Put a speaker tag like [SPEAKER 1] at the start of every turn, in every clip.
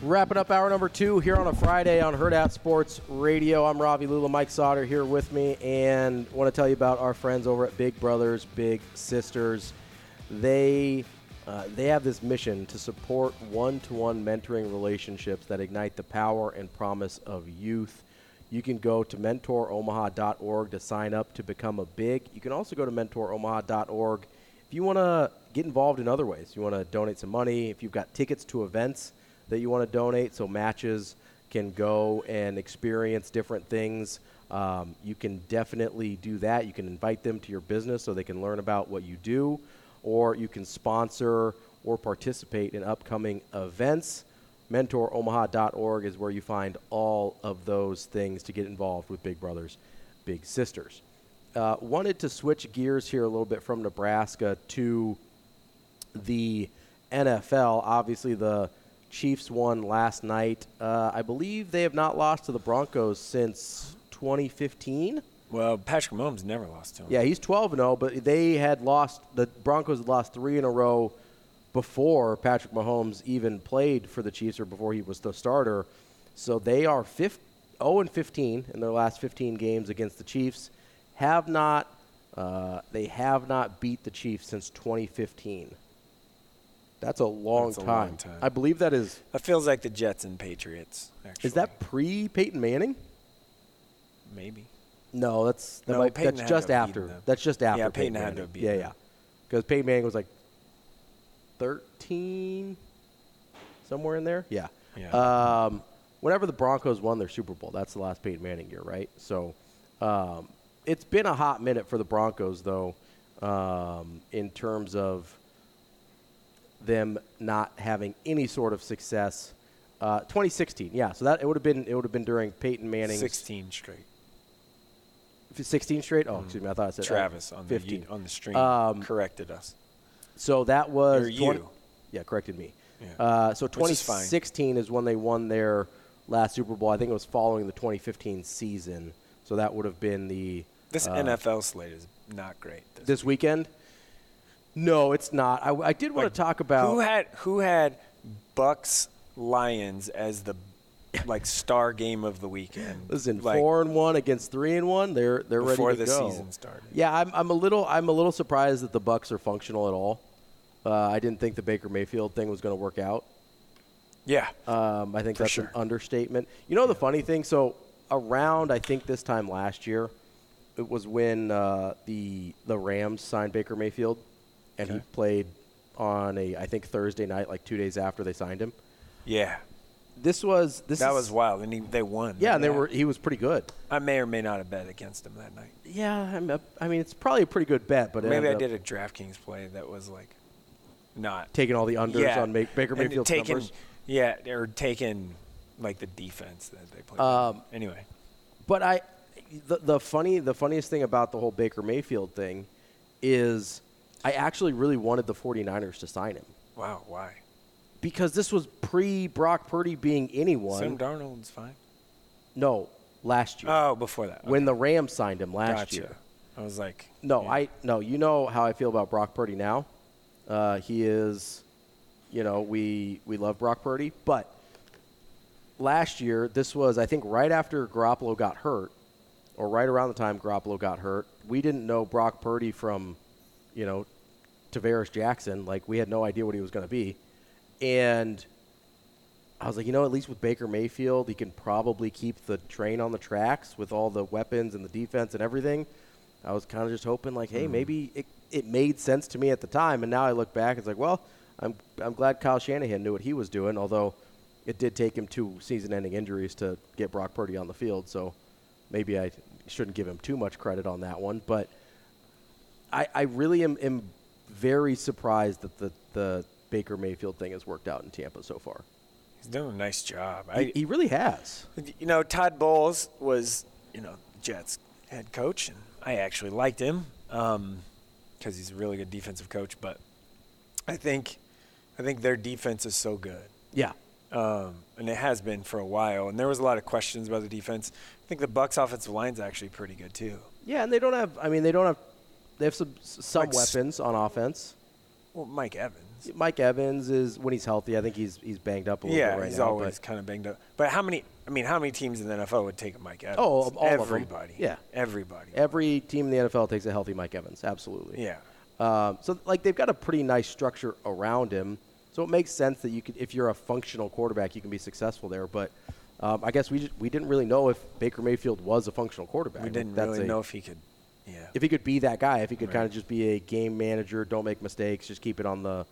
[SPEAKER 1] Wrapping up hour number two here on a Friday on Herd At Sports Radio. I'm Ravi Lula, Mike Sauter here with me, and want to tell you about our friends over at Big Brothers Big Sisters. They uh, they have this mission to support one-to-one mentoring relationships that ignite the power and promise of youth. You can go to mentoromaha.org to sign up to become a big. You can also go to mentoromaha.org if you want to get involved in other ways. You want to donate some money. If you've got tickets to events that you want to donate. So matches can go and experience different things. Um, you can definitely do that. You can invite them to your business so they can learn about what you do, or you can sponsor or participate in upcoming events. MentorOmaha.org is where you find all of those things to get involved with Big Brothers, Big Sisters. Uh, wanted to switch gears here a little bit from Nebraska to the NFL. Obviously, the Chiefs won last night. Uh, I believe they have not lost to the Broncos since 2015.
[SPEAKER 2] Well, Patrick Mahomes never lost to him.
[SPEAKER 1] Yeah, he's 12 0, but they had lost, the Broncos had lost three in a row before Patrick Mahomes even played for the Chiefs or before he was the starter. So they are 5, 0 15 in their last 15 games against the Chiefs. Have not, uh, they have not beat the Chiefs since 2015. That's a long,
[SPEAKER 2] That's a
[SPEAKER 1] time.
[SPEAKER 2] long time.
[SPEAKER 1] I believe that is.
[SPEAKER 2] That feels like the Jets and Patriots. Actually.
[SPEAKER 1] Is that pre Peyton Manning?
[SPEAKER 2] maybe?
[SPEAKER 1] No, that's that
[SPEAKER 2] No,
[SPEAKER 1] might-
[SPEAKER 2] Peyton
[SPEAKER 1] that's
[SPEAKER 2] had
[SPEAKER 1] just
[SPEAKER 2] to have
[SPEAKER 1] after.
[SPEAKER 2] beaten them.
[SPEAKER 1] That's just
[SPEAKER 2] Yeah,
[SPEAKER 1] after.
[SPEAKER 2] Peyton had to
[SPEAKER 1] Manning.
[SPEAKER 2] have beaten
[SPEAKER 1] Yeah,
[SPEAKER 2] them.
[SPEAKER 1] yeah. Because Peyton Manning was like thirteen, somewhere in there. Yeah.
[SPEAKER 2] Yeah.
[SPEAKER 1] Um, whenever the Broncos won their Super Bowl, that's the last Peyton Manning year, right? So, um, it's been a hot minute for the Broncos though, um, in terms of them not having any sort of success. Uh, 2016, yeah. So that it would have been it would have been during Peyton Manning's
[SPEAKER 2] 16 straight.
[SPEAKER 1] if it's 16 straight. Oh, excuse me, I thought I said uh,
[SPEAKER 2] Mm. Travis on the,
[SPEAKER 1] 15.
[SPEAKER 2] you- on the stream
[SPEAKER 1] Um,
[SPEAKER 2] corrected us.
[SPEAKER 1] So that was
[SPEAKER 2] Or
[SPEAKER 1] 20
[SPEAKER 2] you.
[SPEAKER 1] Yeah, corrected me.
[SPEAKER 2] Yeah.
[SPEAKER 1] Uh, so
[SPEAKER 2] Which is fine.
[SPEAKER 1] 2016 is, when they won their last Super Bowl. I think it was following the 2015 season. So that would have been the
[SPEAKER 2] This
[SPEAKER 1] uh,
[SPEAKER 2] NFL slate is not great. This,
[SPEAKER 1] this weekend. No, it's not. I, I did want
[SPEAKER 2] Like,
[SPEAKER 1] to talk about
[SPEAKER 2] who had who had Bucks Lions as the like star game of the weekend.
[SPEAKER 1] Listen,
[SPEAKER 2] like,
[SPEAKER 1] four and one against three and one. They're they're ready
[SPEAKER 2] Before
[SPEAKER 1] to
[SPEAKER 2] the
[SPEAKER 1] go.
[SPEAKER 2] season started.
[SPEAKER 1] Yeah, I'm, I'm a little I'm a little surprised that the Bucks are functional at all. Uh, I didn't think the Baker Mayfield thing was going to work out.
[SPEAKER 2] Yeah.
[SPEAKER 1] Um, I think that's an
[SPEAKER 2] sure.
[SPEAKER 1] understatement. You know the funny thing? So around I think this time last year, it was when uh, the the Rams signed Baker Mayfield, and he played on a I think Thursday night, like two days after they signed him.
[SPEAKER 2] yeah.
[SPEAKER 1] This was this
[SPEAKER 2] That
[SPEAKER 1] is-
[SPEAKER 2] was wild, and he, they won.
[SPEAKER 1] yeah, and they were
[SPEAKER 2] Remember that?
[SPEAKER 1] he was pretty good.
[SPEAKER 2] I may or may not have bet against him that night.
[SPEAKER 1] Yeah, I'm, a- I mean it's probably a pretty good bet, but it
[SPEAKER 2] Maybe
[SPEAKER 1] ended
[SPEAKER 2] I
[SPEAKER 1] up
[SPEAKER 2] did a DraftKings play that was like not
[SPEAKER 1] taking all the unders
[SPEAKER 2] yeah.
[SPEAKER 1] on Ma- Baker
[SPEAKER 2] and
[SPEAKER 1] Mayfield's
[SPEAKER 2] taking,
[SPEAKER 1] numbers.
[SPEAKER 2] Yeah, or taking like the defense that they played.
[SPEAKER 1] Um,
[SPEAKER 2] anyway,
[SPEAKER 1] But I, the, the funny, the funniest thing about the whole Baker Mayfield thing, is I actually really wanted the 49ers to sign him
[SPEAKER 2] wow, why?
[SPEAKER 1] because this was pre Brock Purdy being anyone.
[SPEAKER 2] Sam Darnold's fine.
[SPEAKER 1] no, last year
[SPEAKER 2] Oh, before that.
[SPEAKER 1] when the Rams signed him
[SPEAKER 2] okay,
[SPEAKER 1] last
[SPEAKER 2] gotcha.
[SPEAKER 1] year.
[SPEAKER 2] I was like,
[SPEAKER 1] No,
[SPEAKER 2] yeah.
[SPEAKER 1] I no. You know how I feel about Brock Purdy now. Uh, he is, you know, we we love Brock Purdy, but last year this was I think right after Garoppolo got hurt, or right around the time Garoppolo got hurt. We didn't know Brock Purdy from, you know, Tavares Jackson. Like we had no idea what he was going to be, and. I was like, you know, at least with Baker Mayfield, he can probably keep the train on the tracks with all the weapons and the defense and everything. I was kind of just hoping, like, hey, maybe it, it made sense to me at the time. And now I look back, it's like, well, I'm, I'm glad Kyle Shanahan knew what he was doing, although it did take him two season ending injuries to get Brock Purdy on the field. So maybe I shouldn't give him too much credit on that one. But I, I really am, am very surprised that the, the Baker Mayfield thing has worked out in Tampa so far.
[SPEAKER 2] He's doing a nice job.
[SPEAKER 1] He,
[SPEAKER 2] I,
[SPEAKER 1] he really has.
[SPEAKER 2] you know, Todd Bowles was, you know, Jets head coach, and I actually liked him because he's a really good defensive coach. But I think, I think their defense is so good,
[SPEAKER 1] Yeah.
[SPEAKER 2] um, and it has been for a while. And there was a lot of questions about the defense. I think the Bucks' offensive line's actually pretty good too.
[SPEAKER 1] Yeah, and they don't have. I mean, they don't have. They have some some
[SPEAKER 2] Like s-
[SPEAKER 1] weapons on offense.
[SPEAKER 2] Well, Mike Evans.
[SPEAKER 1] Mike Evans is when he's healthy. I think he's he's banged up a little
[SPEAKER 2] yeah,
[SPEAKER 1] bit right
[SPEAKER 2] he's
[SPEAKER 1] now.
[SPEAKER 2] always
[SPEAKER 1] but
[SPEAKER 2] kind of banged up. But how many? I mean, how many teams in the NFL would take a Mike Evans?
[SPEAKER 1] Oh, all of them.
[SPEAKER 2] everybody.
[SPEAKER 1] Yeah.
[SPEAKER 2] everybody.
[SPEAKER 1] every team in the NFL takes a healthy Mike Evans. Absolutely.
[SPEAKER 2] yeah.
[SPEAKER 1] Um, so like they've got a pretty nice structure around him. So it makes sense that you could, if you're a functional quarterback, you can be successful there. But um, I guess we just, we didn't really know if Baker Mayfield was a functional quarterback.
[SPEAKER 2] We didn't
[SPEAKER 1] That's
[SPEAKER 2] really
[SPEAKER 1] a-
[SPEAKER 2] know if he could. Yeah.
[SPEAKER 1] if he could be that guy, if he could
[SPEAKER 2] Right.
[SPEAKER 1] kind of just be a game manager, don't make mistakes, just keep it on the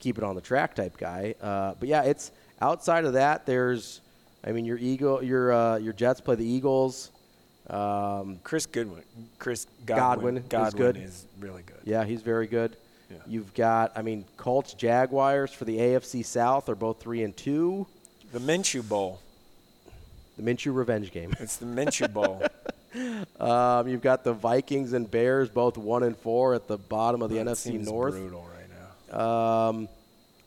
[SPEAKER 1] keep it on the track type guy. Uh, but yeah, it's outside of that. There's, I mean, your eagle, your uh, your Jets play the Eagles. Um,
[SPEAKER 2] Chris Goodwin, Chris Godwin,
[SPEAKER 1] Godwin is good.
[SPEAKER 2] is really good.
[SPEAKER 1] yeah, he's very good.
[SPEAKER 2] Yeah.
[SPEAKER 1] You've got, I mean, Colts, Jaguars for the AFC South are both three and two.
[SPEAKER 2] The Minshew Bowl.
[SPEAKER 1] The Minshew revenge game.
[SPEAKER 2] It's the Minshew Bowl.
[SPEAKER 1] Um, you've got the Vikings and Bears both one and four at the bottom of the
[SPEAKER 2] That
[SPEAKER 1] NFC
[SPEAKER 2] seems
[SPEAKER 1] North.
[SPEAKER 2] Brutal right now.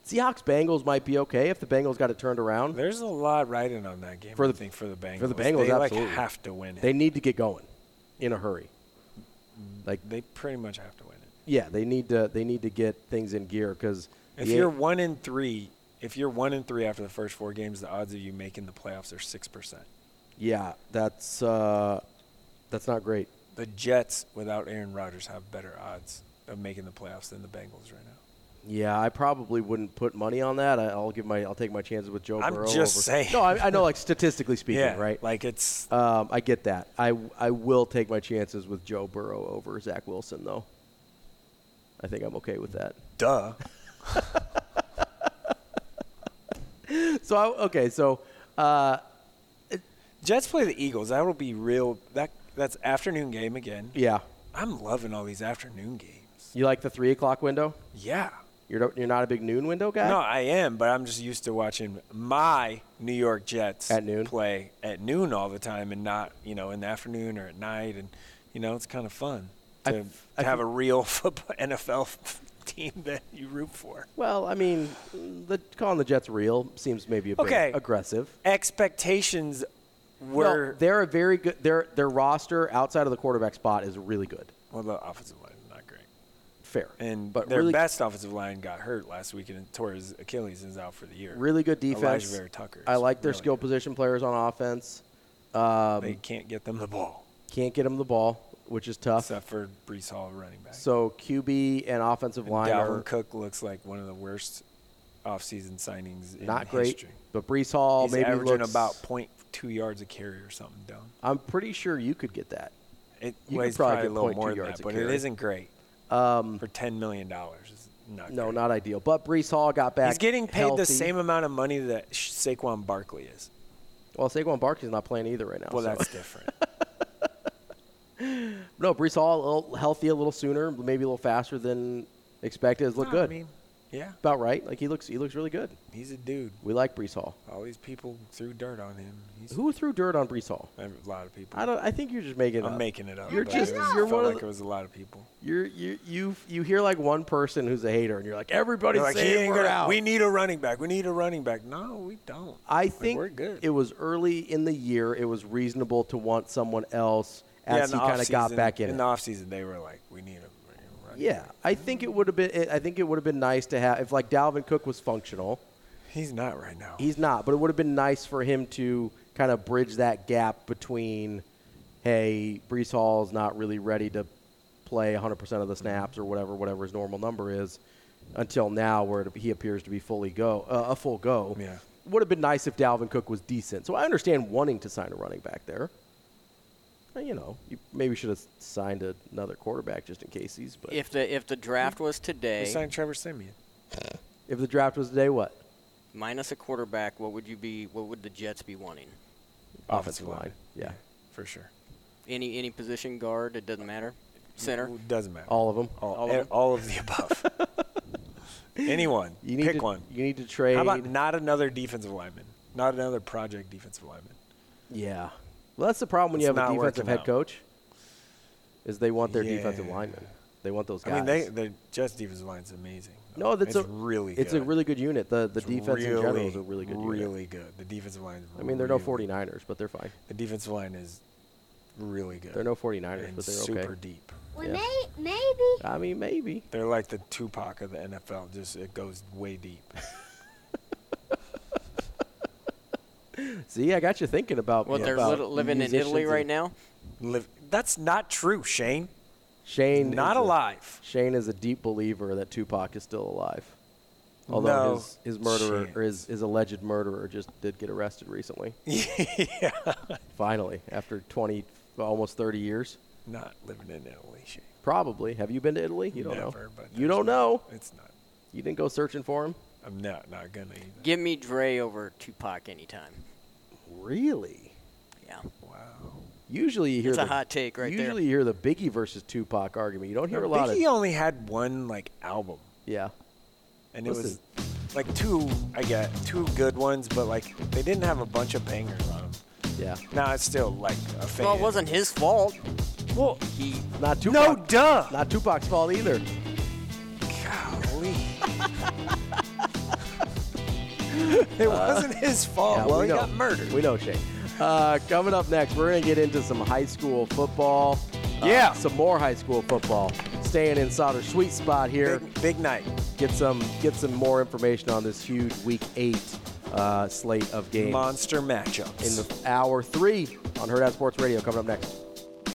[SPEAKER 1] Seahawks, Bengals might be okay if the Bengals got it turned around.
[SPEAKER 2] There's a lot riding on that game.
[SPEAKER 1] For
[SPEAKER 2] I
[SPEAKER 1] the-
[SPEAKER 2] think for the Bengals,
[SPEAKER 1] for the Bengals,
[SPEAKER 2] they like
[SPEAKER 1] absolutely.
[SPEAKER 2] have to win it.
[SPEAKER 1] They
[SPEAKER 2] They,
[SPEAKER 1] need to get going in a hurry. Like
[SPEAKER 2] pretty much have to win it.
[SPEAKER 1] yeah, they need to they need to get things in gear because
[SPEAKER 2] If you're one in three, if you're one in three after the first four games, the odds of you making the playoffs are six percent.
[SPEAKER 1] yeah, that's uh, that's not great.
[SPEAKER 2] The Jets without Aaron Rodgers have better odds of making the playoffs than the Bengals right now.
[SPEAKER 1] Yeah, I probably wouldn't put money on that. I, I'll give my I'll take my chances with Joe
[SPEAKER 2] I'm
[SPEAKER 1] Burrow.
[SPEAKER 2] just
[SPEAKER 1] over-
[SPEAKER 2] saying.
[SPEAKER 1] No, I, I know like statistically speaking,
[SPEAKER 2] yeah,
[SPEAKER 1] right?
[SPEAKER 2] Like it's
[SPEAKER 1] um, I get that. I I will take my chances with Joe Burrow over Zach Wilson though. I think I'm okay with that.
[SPEAKER 2] duh.
[SPEAKER 1] So I, okay, so uh,
[SPEAKER 2] Jets play the Eagles. That will be real. That that's afternoon game again.
[SPEAKER 1] yeah,
[SPEAKER 2] I'm loving all these afternoon games.
[SPEAKER 1] you like the three o'clock window?
[SPEAKER 2] Yeah.
[SPEAKER 1] You're no- you're not a big noon window guy.
[SPEAKER 2] No, I am, but I'm just used to watching my New York Jets
[SPEAKER 1] At noon?
[SPEAKER 2] play at noon all the time, and not you know in the afternoon or at night, and you know it's kind of fun
[SPEAKER 1] I
[SPEAKER 2] to,
[SPEAKER 1] f-
[SPEAKER 2] to
[SPEAKER 1] I f-
[SPEAKER 2] have a real football NFL team that you root for.
[SPEAKER 1] Well, I mean, the, calling the Jets real seems maybe a bit
[SPEAKER 2] Okay.
[SPEAKER 1] aggressive.
[SPEAKER 2] Expectations
[SPEAKER 1] Well,
[SPEAKER 2] were
[SPEAKER 1] they're a very good. Their their roster outside of the quarterback spot is really good.
[SPEAKER 2] well, the offensive line is not great,
[SPEAKER 1] Fair,
[SPEAKER 2] and
[SPEAKER 1] but
[SPEAKER 2] their
[SPEAKER 1] really
[SPEAKER 2] best offensive line got hurt last week and tore his Achilles and is out for the year.
[SPEAKER 1] really good
[SPEAKER 2] Elijah
[SPEAKER 1] defense.
[SPEAKER 2] Vera Tucker.
[SPEAKER 1] I
[SPEAKER 2] is
[SPEAKER 1] like their
[SPEAKER 2] really
[SPEAKER 1] skill
[SPEAKER 2] good.
[SPEAKER 1] position players on offense.
[SPEAKER 2] they can't get them the ball
[SPEAKER 1] Can't get them the ball, which is tough.
[SPEAKER 2] except for Brees Hall, running back.
[SPEAKER 1] So QB and offensive line
[SPEAKER 2] Dalvin
[SPEAKER 1] are
[SPEAKER 2] Cook looks like one of the worst offseason signings in
[SPEAKER 1] not great,
[SPEAKER 2] history.
[SPEAKER 1] but Brees Hall
[SPEAKER 2] He's
[SPEAKER 1] maybe
[SPEAKER 2] averaging
[SPEAKER 1] looks,
[SPEAKER 2] about 0.2 yards a carry or something down.
[SPEAKER 1] I'm pretty sure you could get that.
[SPEAKER 2] It
[SPEAKER 1] You could
[SPEAKER 2] weighs
[SPEAKER 1] probably
[SPEAKER 2] probably,
[SPEAKER 1] get
[SPEAKER 2] a little
[SPEAKER 1] 0.2
[SPEAKER 2] more than
[SPEAKER 1] yards
[SPEAKER 2] that,
[SPEAKER 1] a
[SPEAKER 2] but it
[SPEAKER 1] carry. Um,
[SPEAKER 2] isn't great. For $10 million. It's not
[SPEAKER 1] No,
[SPEAKER 2] great.
[SPEAKER 1] not ideal. But Brees Hall got back.
[SPEAKER 2] He's getting paid
[SPEAKER 1] healthy.
[SPEAKER 2] the same amount of money that Sh- Saquon Barkley is.
[SPEAKER 1] Well, Saquon Barkley's not playing either right now.
[SPEAKER 2] Well,
[SPEAKER 1] so.
[SPEAKER 2] that's different.
[SPEAKER 1] No, Brees Hall a little healthy a little sooner, maybe a little faster than expected. Has looked
[SPEAKER 2] No, I
[SPEAKER 1] good,
[SPEAKER 2] mean, yeah,
[SPEAKER 1] about right. Like he looks, he looks really good.
[SPEAKER 2] he's a dude.
[SPEAKER 1] We like Brees Hall.
[SPEAKER 2] All these people threw dirt on him. He's
[SPEAKER 1] Who threw dirt on Brees Hall?
[SPEAKER 2] a lot of people.
[SPEAKER 1] I don't. I think you're just making. it
[SPEAKER 2] I'm
[SPEAKER 1] up.
[SPEAKER 2] making it up.
[SPEAKER 1] You're
[SPEAKER 2] but
[SPEAKER 1] just-
[SPEAKER 2] it was-
[SPEAKER 1] you're
[SPEAKER 2] felt
[SPEAKER 1] one of
[SPEAKER 2] like
[SPEAKER 1] the-
[SPEAKER 2] it was a lot of people.
[SPEAKER 1] You're you you you hear like one person who's a hater, and you're like everybody's
[SPEAKER 2] They're like, he
[SPEAKER 1] saying
[SPEAKER 2] ain't
[SPEAKER 1] we're
[SPEAKER 2] gonna-
[SPEAKER 1] out.
[SPEAKER 2] We need a running back. We need a running back. No, we don't.
[SPEAKER 1] I
[SPEAKER 2] Like,
[SPEAKER 1] think
[SPEAKER 2] we're good.
[SPEAKER 1] it was early in the year. It was reasonable to to want someone else
[SPEAKER 2] Yeah,
[SPEAKER 1] as
[SPEAKER 2] in the
[SPEAKER 1] he kind of got
[SPEAKER 2] offseason-
[SPEAKER 1] back in.
[SPEAKER 2] in
[SPEAKER 1] it.
[SPEAKER 2] the offseason, they were like, we need a running back. on.
[SPEAKER 1] Yeah, I think it would have been. I think it would have been nice to have if like Dalvin Cook was functional.
[SPEAKER 2] He's not right now.
[SPEAKER 1] He's not, but it would have been nice for him to kind of bridge that gap between, hey, Brees Hall's not really ready to play 100% of the snaps or whatever whatever his normal number is, until now where he appears to be fully go uh, a full go.
[SPEAKER 2] Yeah.
[SPEAKER 1] would have been nice if Dalvin Cook was decent. So I understand wanting to sign a running back there. Uh, You know, you maybe should have signed another quarterback just in case he's. But
[SPEAKER 3] If the if the draft was
[SPEAKER 2] He
[SPEAKER 3] today,
[SPEAKER 2] signed Trevor Simeon.
[SPEAKER 1] if the draft was today, what?
[SPEAKER 3] minus a quarterback, what would you be? What would the Jets be wanting?
[SPEAKER 2] Offensive line.
[SPEAKER 1] Yeah.
[SPEAKER 2] for sure.
[SPEAKER 3] Any any position guard? It doesn't matter. Center.
[SPEAKER 2] It doesn't matter.
[SPEAKER 1] Er, All of them.
[SPEAKER 2] all, eh,
[SPEAKER 3] all
[SPEAKER 2] all,
[SPEAKER 3] of
[SPEAKER 2] of,
[SPEAKER 3] them?
[SPEAKER 2] the above. Anyone.
[SPEAKER 1] You need
[SPEAKER 2] Pick
[SPEAKER 1] to,
[SPEAKER 2] one.
[SPEAKER 1] You need to trade.
[SPEAKER 2] How about not another defensive lineman? Not another project defensive lineman.
[SPEAKER 1] yeah. Well, that's the problem when you
[SPEAKER 2] It's
[SPEAKER 1] have a
[SPEAKER 2] not
[SPEAKER 1] defensive
[SPEAKER 2] working
[SPEAKER 1] head
[SPEAKER 2] out.
[SPEAKER 1] coach. Is they want their defensive
[SPEAKER 2] Yeah.
[SPEAKER 1] linemen. They want those guys.
[SPEAKER 2] I mean, they the Jets defensive line's amazing.
[SPEAKER 1] no, that's
[SPEAKER 2] it's
[SPEAKER 1] a
[SPEAKER 2] really
[SPEAKER 1] It's
[SPEAKER 2] good.
[SPEAKER 1] a really good unit. The the
[SPEAKER 2] It's
[SPEAKER 1] defense in general is a really good unit.
[SPEAKER 2] Really good. The defensive line.
[SPEAKER 1] I mean, they're no
[SPEAKER 2] really,
[SPEAKER 1] 49ers, but they're fine.
[SPEAKER 2] The defensive line is really good.
[SPEAKER 1] They're no 49ers,
[SPEAKER 2] and
[SPEAKER 1] but they're
[SPEAKER 2] super
[SPEAKER 1] okay.
[SPEAKER 2] deep.
[SPEAKER 4] Well,
[SPEAKER 1] Yeah.
[SPEAKER 4] may, maybe.
[SPEAKER 1] I mean, maybe.
[SPEAKER 2] They're like the Tupac of the NFL. Just it goes way deep.
[SPEAKER 1] See, I got you thinking about
[SPEAKER 3] What they're
[SPEAKER 1] about
[SPEAKER 3] lit- living in
[SPEAKER 1] musicians
[SPEAKER 3] Italy
[SPEAKER 1] and-
[SPEAKER 3] right now.
[SPEAKER 2] Live. That's not true, Shane.
[SPEAKER 1] Shane, is
[SPEAKER 2] Not
[SPEAKER 1] a-
[SPEAKER 2] alive.
[SPEAKER 1] Shane is a deep believer that Tupac is still alive. Although
[SPEAKER 2] No
[SPEAKER 1] his, his murderer
[SPEAKER 2] chance.
[SPEAKER 1] or his, his alleged murderer just did get arrested recently.
[SPEAKER 2] yeah.
[SPEAKER 1] Finally, after 20, almost 30 years.
[SPEAKER 2] Not living in Italy, Shane.
[SPEAKER 1] Probably. Have you been to Italy? You don't
[SPEAKER 2] Never,
[SPEAKER 1] know.
[SPEAKER 2] but
[SPEAKER 1] you don't know.
[SPEAKER 2] It's not.
[SPEAKER 1] You didn't go searching for him?
[SPEAKER 2] I'm not not gonna either.
[SPEAKER 3] Give me Dre over Tupac anytime.
[SPEAKER 1] Really?
[SPEAKER 3] Yeah.
[SPEAKER 2] Wow.
[SPEAKER 1] Usually you hear
[SPEAKER 3] That's a
[SPEAKER 1] the-
[SPEAKER 3] hot take right there.
[SPEAKER 1] usually you hear the Biggie versus Tupac argument. You don't hear a lot
[SPEAKER 2] Biggie
[SPEAKER 1] of
[SPEAKER 2] only had one like album,
[SPEAKER 1] Yeah.
[SPEAKER 2] and
[SPEAKER 1] Listen.
[SPEAKER 2] it was like two. I get two good ones, but like they didn't have a bunch of bangers on them.
[SPEAKER 1] Yeah.
[SPEAKER 2] Now it's still like a fan.
[SPEAKER 3] Well, it wasn't his fault.
[SPEAKER 2] Well,
[SPEAKER 3] He
[SPEAKER 1] Not
[SPEAKER 2] no,
[SPEAKER 1] Tupac.
[SPEAKER 2] duh.
[SPEAKER 1] Not Tupac's fault either.
[SPEAKER 2] Golly. it wasn't his fault.
[SPEAKER 1] Uh, Yeah,
[SPEAKER 2] well,
[SPEAKER 1] we
[SPEAKER 2] he
[SPEAKER 1] Oh, know.
[SPEAKER 2] got murdered.
[SPEAKER 1] We know Shane. Uh, coming up next, we're going to get into some high school football. Uh,
[SPEAKER 2] Yeah.
[SPEAKER 1] Some more high school football. Staying in Solder Sweet Spot here.
[SPEAKER 2] Big, big night.
[SPEAKER 1] Get some get some more information on this huge Week 8 uh, slate of games
[SPEAKER 2] Monster matchups.
[SPEAKER 1] in the hour three on Herd Out Sports Radio. Coming up next.